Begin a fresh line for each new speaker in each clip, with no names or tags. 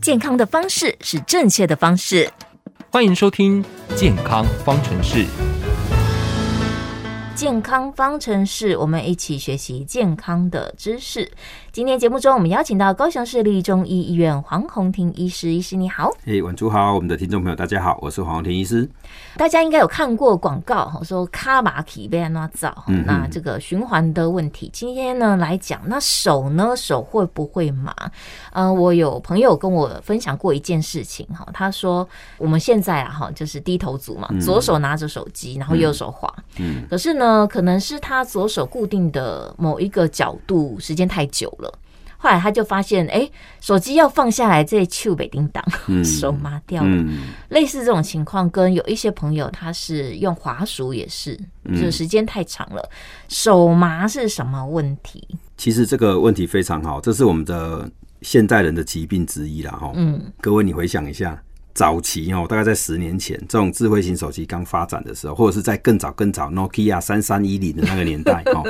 健康的方式是正确的方式。
欢迎收听《健康方程式》。
健康方程式，我们一起学习健康的知识。今天节目中，我们邀请到高雄市立中医医院黄宏庭医师，医师你好。
嘿，晚主好，我们的听众朋友大家好，我是黄宏庭医师。
大家应该有看过广告，哈，说卡马奇被安娜造，
嗯
那这个循环的问题。今天呢来讲，那手呢，手会不会麻？呃，我有朋友跟我分享过一件事情，哈，他说我们现在啊，哈，就是低头族嘛，左手拿着手机，然后右手滑，
嗯
可是呢，可能是他左手固定的某一个角度时间太久了，后来他就发现，哎、手机要放下来，这去北叮当，
嗯
手麻掉了。
嗯
类似这种情况，跟有一些朋友他是用滑鼠也是，
嗯
就时间太长了，手麻是什么问题？
其实这个问题非常好，这是我们的现代人的疾病之一啦。哈，
嗯
各位你回想一下，早期哦，大概在十年前，这种智慧型手机刚发展的时候，或者是在更早更早 Nokia 三三一零的那个 年代哦，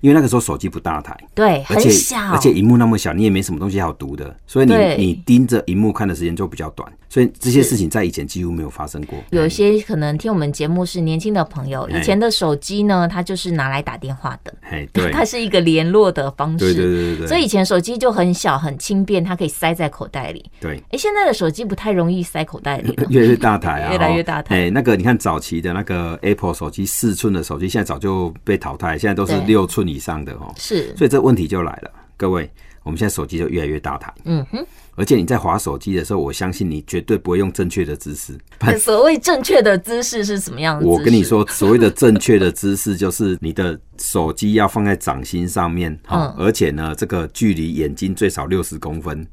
因为那个时候手机不大台，
对，
而
很
且
小，
而且荧幕那么小，你也没什么东西好读的，所以你
对
你盯着荧幕看的时间就比较短，所以这些
是
事情在以前几乎没有发生过。
有一些可能听我们节目是年轻的朋友，
哎
以前的手机呢，它就是拿来打电话的，
哎，对，
它是一个联络的方
对对
式。
对对对，
所以以前手机就很小很轻便，它可以塞在口袋里。
对。
哎，现在的手机不太容易塞口袋里
。
了
越来越大台 啊，
越来越大台
哦哎、那个你看早期的那个 Apple 手机四寸的手机，现在早就被淘汰，现在都是
对
六寸以上的哦。
是，
所以这问题就来了，各位，我们现在手机就越来越大台，
嗯 哼，
而且你在滑手机的时候，我相信你绝对不会用正确的姿势。
所谓正确的姿势是什么样的姿势？
哎 我跟你，说，所谓的正确的姿势就是你的手机要放在掌心上面，哈、
嗯
而且呢，这个距离眼睛最少六十公分，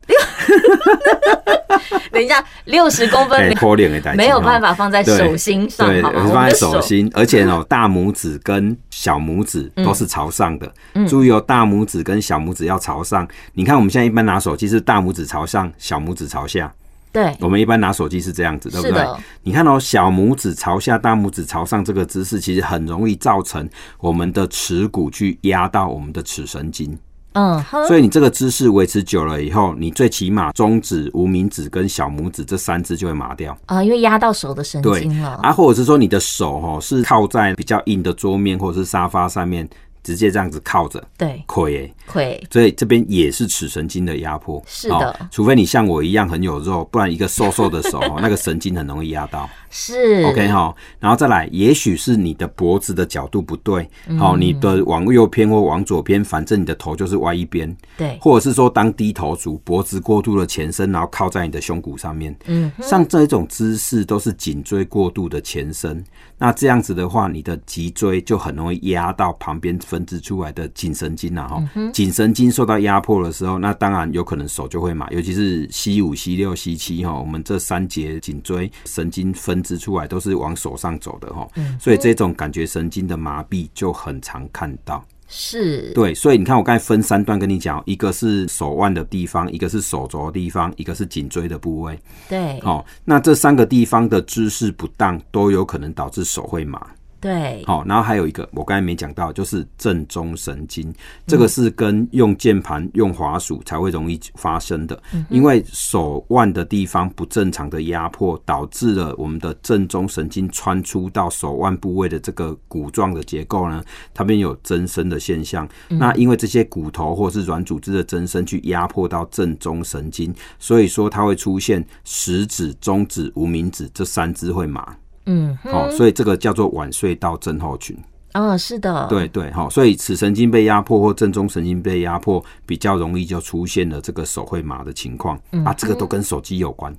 等一下，六十公分
哎，扣脸的代
没有办
法。
法放在手心上，
对，
好吗？我
放
们
在
的
手心，而且 哦，大拇指跟小拇指都是朝上的。
嗯
注意哦，大拇指跟小拇指要朝上。你看我们现在一般拿手机是大拇指朝上，小拇指朝下。
对，
我们一般拿手机是这样子，对不
是
对
的？
你看哦，小拇指朝下，大拇指朝上这个姿势，其实很容易造成我们的耻骨去压到我们的尺神经。
嗯哼，
所以你这个姿势维持久了以后，你最起码中指、无名指跟小拇指这三只就会麻掉。
啊，因为压到手的神经了，
啊，或者是说你的手哦是靠在比较硬的桌面或者是沙发上面，直接这样子靠着，
对，
亏耶。
会
所以这边也是尺神经的压迫。哦
是的
除非你像我一样很有肉，不然一个瘦瘦的手哦，那个神经很容易压到。
是
OK 哈，然后再来，也许是你的脖子的角度不对，
嗯
好、你的往右偏或往左偏，反正你的头就是歪一边，
对，
或者是说当低头族，脖子过度的前伸，然后靠在你的胸骨上面，
嗯，
像这一种姿势都是颈椎过度的前伸。那这样子的话，你的脊椎就很容易压到旁边分支出来的颈神经啊，
嗯
哈、颈神经受到压迫的时候，那当然有可能手就会麻，尤其是 C 五、C 六、C 七哈，我们这三节颈椎神经分支出来都是往手上走的哈，
嗯
所以这种感觉神经的麻痹就很常看到。
是，
对，所以你看，我刚才分三段跟你讲，哦一个是手腕的地方，一个是手肘的地方，一个是颈椎的部位。
对，
哦，那这三个地方的姿势不当，都有可能导致手会麻。
对，
好、然后还有一个我刚才没讲到，就是正中神经，这个是跟用键盘、用滑鼠才会容易发生的，因为手腕的地方不正常的压迫，导致了我们的正中神经穿出到手腕部位的这个骨状的结构呢，它便有增生的现象。那因为这些骨头或是软组织的增生去压迫到正中神经，所以说它会出现食指、中指、无名指这三只会麻。
嗯哼，
哦，所以这个叫做晚睡到症候群。
嗯，是的，
对对，好、所以此神经被压迫或正中神经被压迫，比较容易就出现了这个手会麻的情况、
嗯
啊，这个都跟手机有关。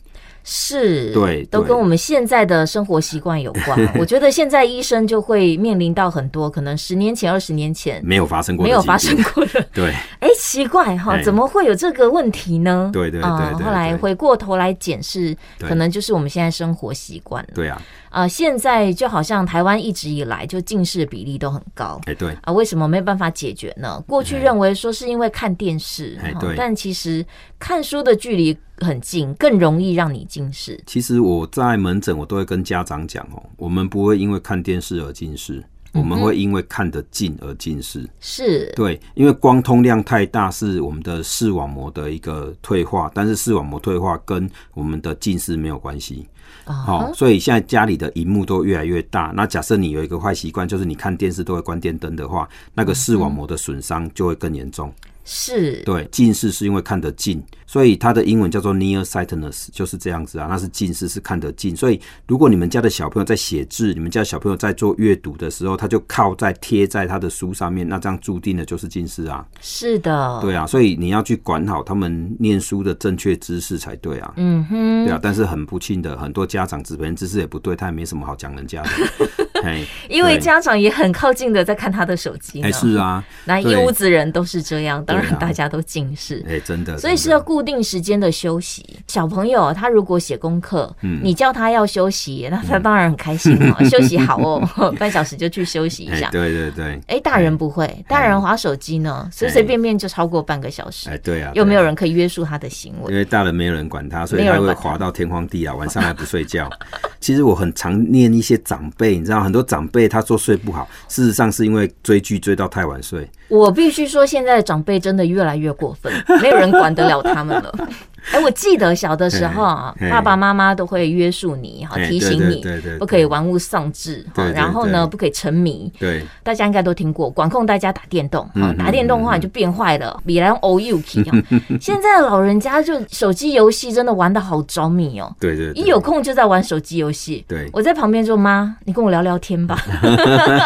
是，
对
都
对
跟我们现在的生活习惯有 关。我觉得现在医生就会面临到很多可能十年前、二十年前
没有发生过，
没有发生。过的
对，
哎、奇怪哈，
哎
怎么会有这个问题呢？
对对对
啊
对对
后来回过头来检视，
对
可能就是我们现在生活习惯了。
对啊，
啊，现在就好像台湾一直以来就近视比例都很高。
哎、对，
啊，为什么没办法解决呢？过去认为说是因为看电视，
哎
哈
对
但其实看书的距离很近，更容易让你近视。
其实我在门诊我都会跟家长讲哦，我们不会因为看电视而近视。我
嗯
们会因为看得近而近视。
是，
对，因为光通量太大是我们的视网膜的一个退化，但是视网膜退化跟我们的近视没有关系。
啊
好、所以现在家里的荧幕都越来越大。那假设你有一个坏习惯，就是你看电视都会关电灯的话，那个视网膜的损伤就会更严重。
是，
对，近视是因为看得近，所以它的英文叫做 nearsightedness，就是这样子啊，那是近视是看得近。所以如果你们家的小朋友在写字，你们家小朋友在做阅读的时候，他就靠在贴在他的书上面，那这样注定的就是近视啊。
是的，
对啊，所以你要去管好他们念书的正确知识才对啊。
嗯哼，
对啊，但是很不幸的，很多家长只别人知识也不对，他也没什么好讲 人家的。嘿，
因为
对
家长也很靠近的在看他的手机呢。
哎、是啊，
那一
对
屋子人都是这样，当
对啊
然大家都近视。
哎、真的，
所以
真
是
的
要固定时间的休息。小朋友他如果写功课，
嗯
你叫他要休息，那他当然很开心 哦，休息好哦， 半小时就去休息一
哎、
下。
对对对，
哎，大人不会，大人划手机呢，随随便便就超过半个小
哎、
时，
对啊，
又没有
对啊
人可以约束他的行
因
为。
为大人没有人管他，所以
没有
他
人
会
管他
滑到天荒地老，晚上还不睡觉。 其实我很常念一些长辈，你知道，很多长辈他说睡不好，事实上是因为追剧追到太晚睡。
我必须说，现在的长辈真的越来越过 分，没有人管得了他们了。哎，我记得小的时候啊，
嘿嘿
爸爸妈妈都会约束你，哈，
嘿
提
对
醒
对
你
对对
不可以玩物丧志，哈
对，对
然后
对
呢，不可以沉迷，
对，
大家应该都听过，管控大家打电动，哈，
嗯
打电动的话你就变坏了，比来 O U K 哦。现在的老人家就手机游戏真的玩的好着迷哦。
对对对，
一有空就在玩手机游戏，
对
我在旁边说：“妈，你跟我聊聊天吧。”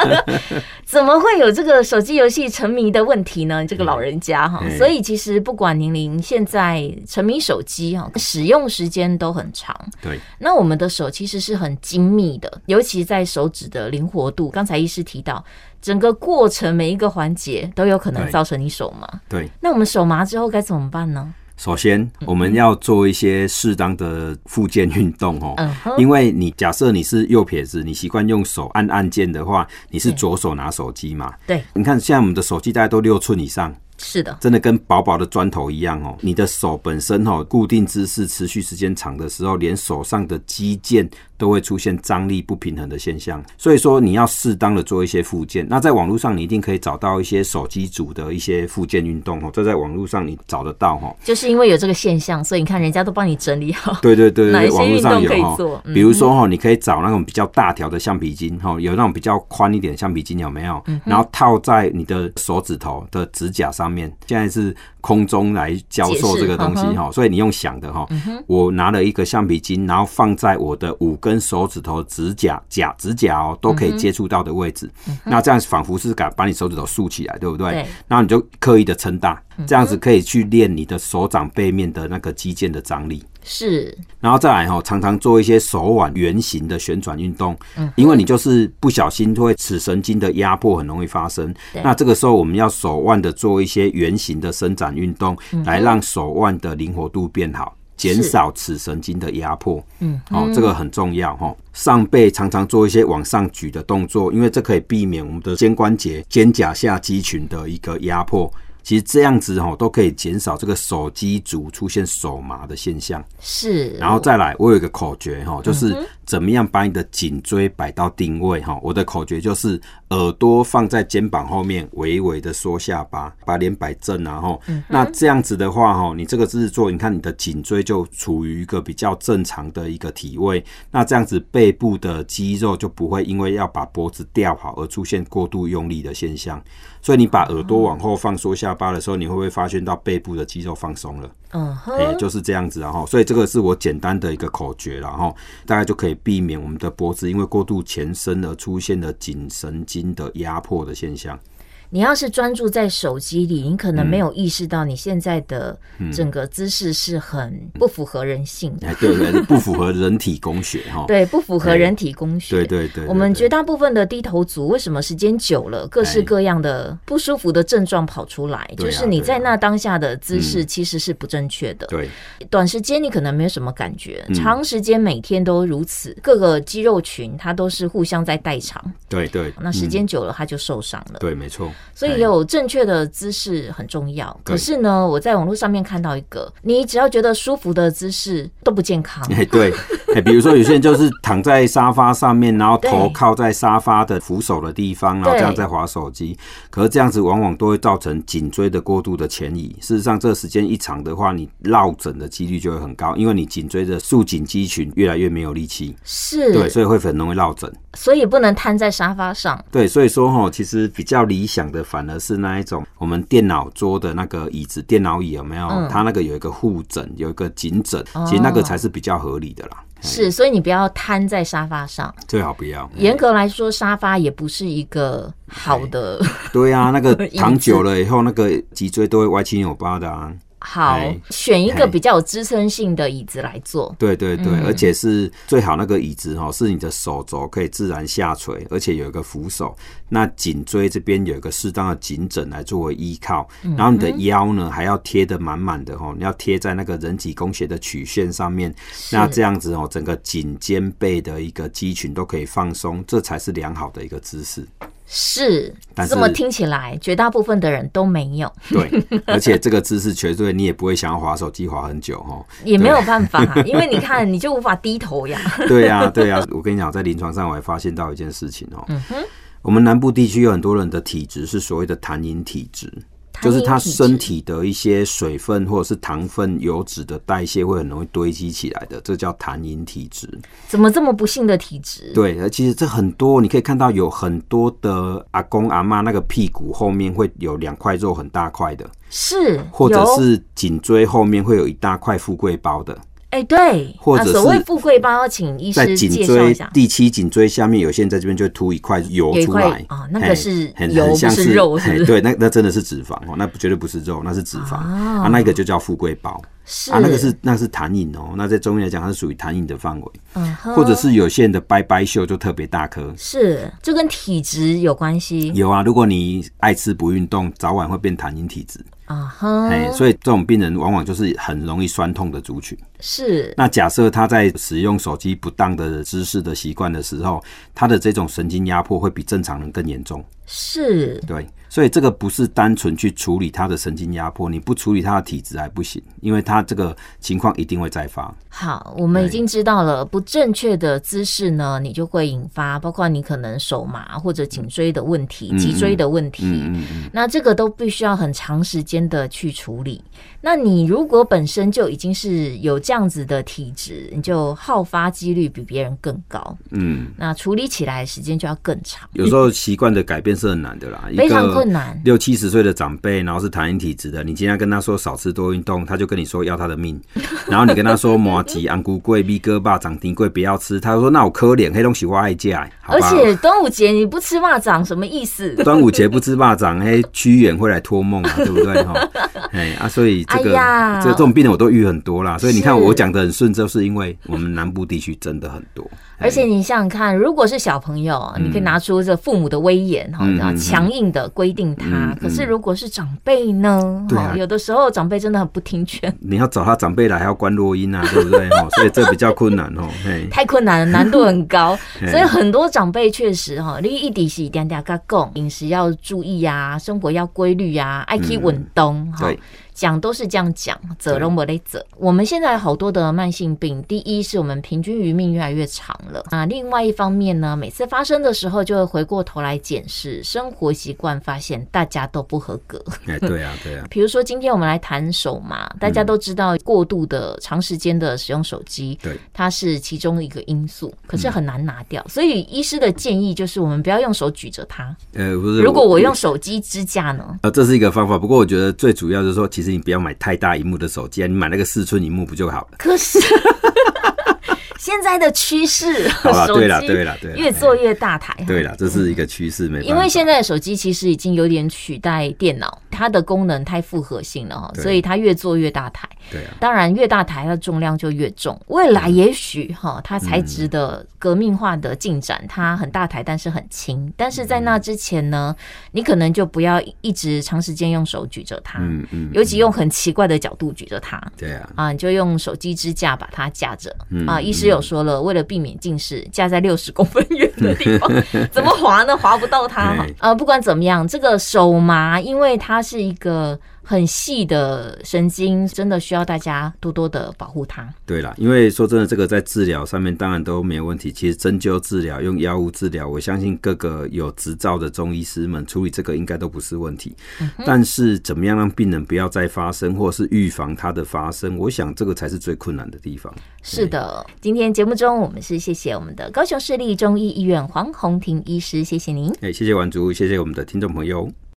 怎么会有这个手机游戏沉迷的问题呢？这个老人家哈，
嗯
所以其实不管年龄，现在沉迷手机哈，使用时间都很长。
对
那我们的手其实是很精密的，尤其在手指的灵活度。刚才医师提到，整个过程每一个环节都有可能
对
造成你手麻。
对。
那我们手麻之后该怎么办呢？
首
嗯
先，我们要做一些适当的复健运动哦。
嗯哼，
因为你假设你是右撇子，你习惯用手按按键的话，你是左手拿手机嘛？
对，
你看现在我们的手机大概都六寸以上，
是的，
真的跟薄薄的砖头一样哦。你的手本身哦，固定姿势持续时间长的时候，连手上的肌腱都会出现张力不平衡的现象。所以说，你要适当的做一些复健。那在网络上，你一定可以找到一些手机组的一些复健运动哦，这在网络上你找得到哦。
就是因为有这个现象，所以你看人家都帮你整理 好。
对对对
哪一
对，
些
网络上
运
有
动可以
哦
做，嗯
比如说哈，你可以找那种比较大条的橡皮筋哈，有那种比较宽一点橡皮筋有没有？
嗯
然后套在你的手指头的指甲上面。现在是空中来教授这个东
解
西
释嗯嗯
哈，所以你用想的哈，我拿了一个橡皮筋，然后放在我的五根手指头指甲甲指甲哦都可
嗯
以接触到的位置，那这样仿佛是把把你手指头竖起来，对不
对嗯
对？那你就刻意的撑大，这样子可以去练你的手掌背面的那个肌腱的张力。
是，
然后再来哈、常常做一些手腕圆形的旋转运动，
嗯
因为你就是不小心会尺神经的压迫很容易发生
对。
那这个时候我们要手腕的做一些圆形的伸展运动，
嗯
来让手腕的灵活度变好。减少尺神经的压迫，
嗯，
哦，这个很重要哈、哦。上背常常做一些往上举的动作，因为这可以避免我们的肩关节、肩胛下肌群的一个压迫。其实这样子哈、哦，都可以减少这个手肌族出现手麻的现象。
是，
然后再来，我有一个口诀哈，就是怎么样把你的颈椎摆到定位哈。我的口诀就是耳朵放在肩膀后面，微微的缩下巴，把脸摆正然后，那这样子的话哈，你这个姿势做，你看你的颈椎就处于一个比较正常的一个体位。那这样子背部的肌肉就不会因为要把脖子吊好而出现过度用力的现象。所以你把耳朵往后放缩下巴的时候，你会不会发现到背部的肌肉放松了？
嗯
哎、
哼，
就是这样子啊哈，所以这个是我简单的一个口诀然后大概就可以避免我们的脖子因为过度前伸而出现的颈神经的压迫的现象。
你要是专注在手机里，你可能没有意识到你现在的
嗯
整个姿势是很不符合人性的，
哎，对对对，不符合人体工学哈。
对，不符合人体工学。
嗯哎对对对对
我们
对
绝大部分的低头族，为什么时间久了，各式
哎
各样的不舒服的症状跑出来？
对
就
啊
是你
对啊嗯
在那当下的姿势其实是不正确的。
对
短时间你可能没有什么感觉，
嗯
长时间每天都如此，各个肌肉群它都是互相在代偿，
对对，嗯
那时间久了它就受伤了。
对，没错。
所以有正确的姿势很重要。
对
可是呢，我在网络上面看到一个，你只要觉得舒服的姿势都不健 康。
哎，对，哎，比如说有些人就是躺在沙发上面，然后头
对
靠在沙发的扶手的地方，然后这样
对
在划手机。可是这样子往往都会造成颈椎的过度的前移。事实上，这时间一长的话，你落枕的几率就会很高，因为你颈椎的束紧肌群越来越没有力气，对，
是，
所以会很容易落枕。
所以不能瘫在沙发上。
对，所以说哈，其实比较理想的反而是那一种我们电脑桌的那个椅子，电脑椅有没有？
嗯哦
它那个有一个护枕，有一个颈枕，其实那个才是比较合理的啦。哎
是，所以你不要瘫在沙发上。
最好不要。
严格来说，沙发也不是一个好的
对啊，那个
椅子
躺久了以后，那个脊椎都会歪七扭八的啊。
好
哎，
选一个
哎
比较有支撑性的椅子来坐。
对对对，
嗯
而且是最好那个椅子哦，是你的手肘可以自然下垂，而且有一个扶手。那颈椎这边有一个适当的颈枕来作为依靠，
嗯
然后你的腰呢还要贴得满满的哦，你要贴在那个人体工学的曲线上面。
是
那这样子哦，整个颈肩背的一个肌群都可以放松，这才是良好的一个姿势。
是
但是
这么听起来，绝大部分的人都没有，
对，而且这个姿势绝对你也不会想要滑手机滑很久哦。
也没有办法， 因为你看，你就无法低头呀。
对呀、对呀、我跟你讲，在临床上我还发现到一件事情哦、我们南部地区有很多人的体质是所谓的痰饮体质， 就是他身体的一些水分或者是糖分、油脂的代谢会很容易堆积起来的，这叫痰饮体质。
怎么这么不幸的体质？
对，而其实这很多，你可以看到有很多的阿公阿妈那个屁股后面会有两块肉很大块的，
是，
或者
有
是颈椎后面会有一大块富贵包的。
哎、对，
或者是
啊、所谓富贵包，请医
在
师
颈
介绍
椎
一下。
第七颈椎下面，有些人在这边就凸一块油
有一
出
块
来
哦那个
嘿
是
很
油
很像
不是肉是
嘿
不是
对，那那真的是脂肪哦，那不绝对不是肉，那是脂肪
啊
啊，那个就叫富贵包
是
啊，那个是那是痰饮哦，那在中医来讲，它是属于痰饮的范围，
嗯哼
或者是有些人的掰掰袖就特别大颗。
是，这跟体质有关系
有啊，如果你爱吃不运动，早晚会变痰饮体质，
啊哈，
哎、所以这种病人往往就是很容易酸痛的族群。
是
那假设他在使用手机不当的姿势的习惯的时候，他的这种神经压迫会比正常人更严重。
是
对，所以这个不是单纯去处理他的神经压迫，你不处理他的体质还不行，因为他这个情况一定会再发。
好，我们已
对
经知道了不正确的姿势呢，你就会引发包括你可能手麻或者颈椎的问题、脊椎的问题。
嗯嗯，
那这个都必须要很长时间的去处理。那你如果本身就已经是有这样子的体质，你就好发几率比别人更高。
嗯，
那处理起来时间就要更长，
有时候习惯的改变是很难的啦，
非常困。难。
六七十岁的长辈，然后是痰饮体质的，你今天跟他说少吃多运动，他就跟你说要他 的命，然后你跟他说麻吉、安菇贵、米哥爸、长丁贵不要吃，他说那我可怜，黑东西我爱吃，好
而
不好？
且端午节你不吃蚂蚱什么意思？
端午节不吃蚂蚱，哎，屈原会来托梦啊，对不对哈？哎啊，所以这
哎
个、
呀
这这种病人我都遇很多啦，所以你看
是
我讲的很顺，就是因为我们南部地区真的很多，
而且你想想看，如果是小朋友，啊你可以拿出这父母的威严哈，
嗯
然后
嗯
强硬的规定他
嗯。
可是如果是长辈呢，
对啊
哈，有的时候长辈真的很不听劝，
你要找他长辈来还要关落音 啊，对不对哈？所以这比较困难哦，嘿，
太困难了，难度很高。
嘿
所以很多长辈确实哈，你一底是一点点跟他讲，饮食要注意啊，生活要规律啊，爱去运动哈
嗯对。
讲都是这样讲，责任不得责。我们现在好多的慢性病，第一是我们平均余命越来越长了啊，另外一方面呢，每次发生的时候就会回过头来检视生活习惯，发现大家都不合格。
哎，对啊，对啊，
比如说今天我们来谈手麻，大家都知道过度的长时间的使用手机，
对，
它是其中一个因素，可是很难拿掉。所以医师的建议就是，我们不要用手举着它。
呃，不是，
如果我用手机支架呢？
呃，这是一个方法，不过我觉得最主要就是说，其实你不要买太大荧幕的手机啊，你买那个四寸荧幕不就好 了？
可是现在的趋势，
好啦
手
对啦
机
对啦对啦
越做越大台。
对了，这是一个趋势，没办法
因为现在的手机其实已经有点取代电脑，它的功能太复合性了哈，
对
所以它越做越大台。
对啊，
当然，越大台它的重量就越重。未
嗯
来也许哈，它材质的革命化的进展，它很大台，但是很轻。但是在
嗯
那之前呢，你可能就不要一直长时间用手举着它，
嗯嗯，
尤其用很奇怪的角度举着它。
对啊，
啊，你就用手机支架把它架着。
嗯
啊，医师有说了，为了避免近视，架在六十公分远的地 方，怎么滑呢？滑不到它嘛
哎。
呃，不管怎么样，这个手麻，因为它是一个很细的神经，真的需要大家多多的保护它。
对啦，因为说真的，这个在治疗上面当然都没有问题。其实针灸治疗、用药物治疗，我相信各个有执照的中医师们处理这个应该都不是问题。但是怎么样让病人不要再发生，或是预防它的发生，我想这个才是最困难的地方。
是的，今天节目中我们是谢谢我们的高雄市立中医医院黄宏庭医师，谢谢您。
哎、谢谢婉竹，谢谢我们的听众朋友。